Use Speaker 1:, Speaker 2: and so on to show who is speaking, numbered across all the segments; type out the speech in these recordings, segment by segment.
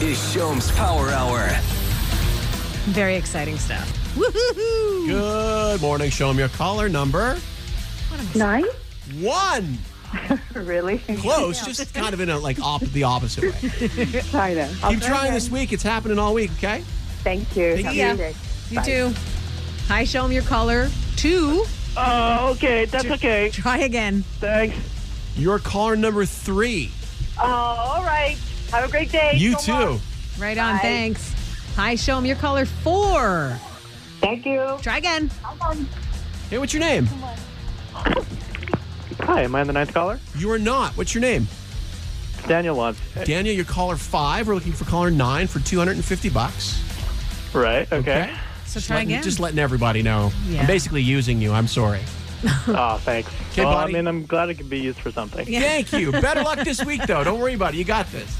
Speaker 1: is Shome's Power Hour.
Speaker 2: Very exciting stuff. Woohoo!
Speaker 3: Good morning, Show 'em Your caller number
Speaker 4: Nine?
Speaker 3: one.
Speaker 4: Really?
Speaker 3: Close, just kind of in a like op- the opposite way.
Speaker 4: I know. I'll
Speaker 3: Keep
Speaker 4: try
Speaker 3: trying
Speaker 4: again.
Speaker 3: this week. It's happening all week. Okay.
Speaker 4: Thank you. Have a
Speaker 2: you.
Speaker 4: good day.
Speaker 2: You
Speaker 4: Bye.
Speaker 2: too. Hi, show 'em your caller. Two.
Speaker 5: Oh, okay. That's okay.
Speaker 2: Try again.
Speaker 5: Thanks.
Speaker 3: Your caller number three.
Speaker 4: Oh, all right. Have a great day.
Speaker 3: You
Speaker 4: so
Speaker 3: too.
Speaker 4: much.
Speaker 2: Right on.
Speaker 4: Bye.
Speaker 2: Thanks. Hi, show 'em your caller. Four.
Speaker 4: Thank you.
Speaker 2: Try again.
Speaker 3: Hey, what's your name?
Speaker 5: Hi, am I the ninth caller?
Speaker 3: You are not. What's your name?
Speaker 5: It's Daniel Lund.
Speaker 3: Daniel, your caller five. We're looking for caller nine for 250 bucks.
Speaker 5: Right. Okay.
Speaker 2: So
Speaker 3: Just
Speaker 2: try
Speaker 3: letting-
Speaker 2: again.
Speaker 3: Just letting everybody know.
Speaker 2: Yeah.
Speaker 3: I'm basically using you. I'm sorry.
Speaker 5: Ah, thanks.
Speaker 3: Okay,
Speaker 5: well,
Speaker 3: buddy.
Speaker 5: I mean, I'm glad it could be used for something.
Speaker 2: Yeah.
Speaker 3: Thank you. Better luck this week, though. Don't worry about it. You got this.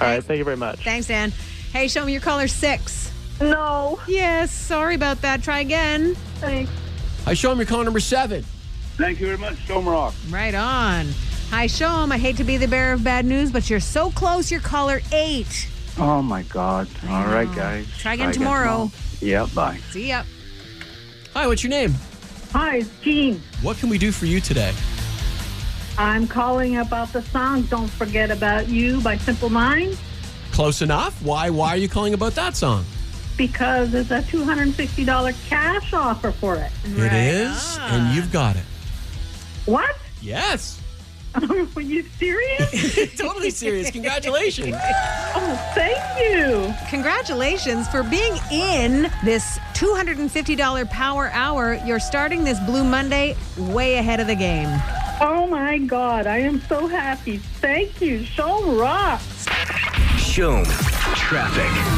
Speaker 5: All right. Thank you very much.
Speaker 2: Thanks, Dan. Hey, show 'em your caller. Six.
Speaker 4: No.
Speaker 2: Yes. Sorry about that. Try again.
Speaker 4: Thanks.
Speaker 3: I show him your caller number seven.
Speaker 6: Thank you very much, Dome Rock.
Speaker 2: Right on. Hi, show 'em. I hate to be the bearer of bad news, but you're so close. Your caller eight.
Speaker 6: Oh my God! All right, guys.
Speaker 2: Try again tomorrow.
Speaker 6: Yeah, bye.
Speaker 2: See ya.
Speaker 3: Hi, what's your name?
Speaker 7: Hi, it's Jean.
Speaker 3: What can we do for you today?
Speaker 7: I'm calling about the song Don't Forget About You by Simple Minds
Speaker 3: Close enough. Why? Why are you calling about that song?
Speaker 7: because there's a $250 cash offer for it.
Speaker 3: It is, and you've got it.
Speaker 7: What?
Speaker 3: Yes.
Speaker 7: Are you serious?
Speaker 3: totally serious. Congratulations.
Speaker 7: oh, thank you.
Speaker 2: Congratulations for being in this $250 power hour. You're starting this Blue Monday way ahead of the game.
Speaker 7: Oh my God, I am so happy. Thank you. Show rock.
Speaker 1: Shome Traffic.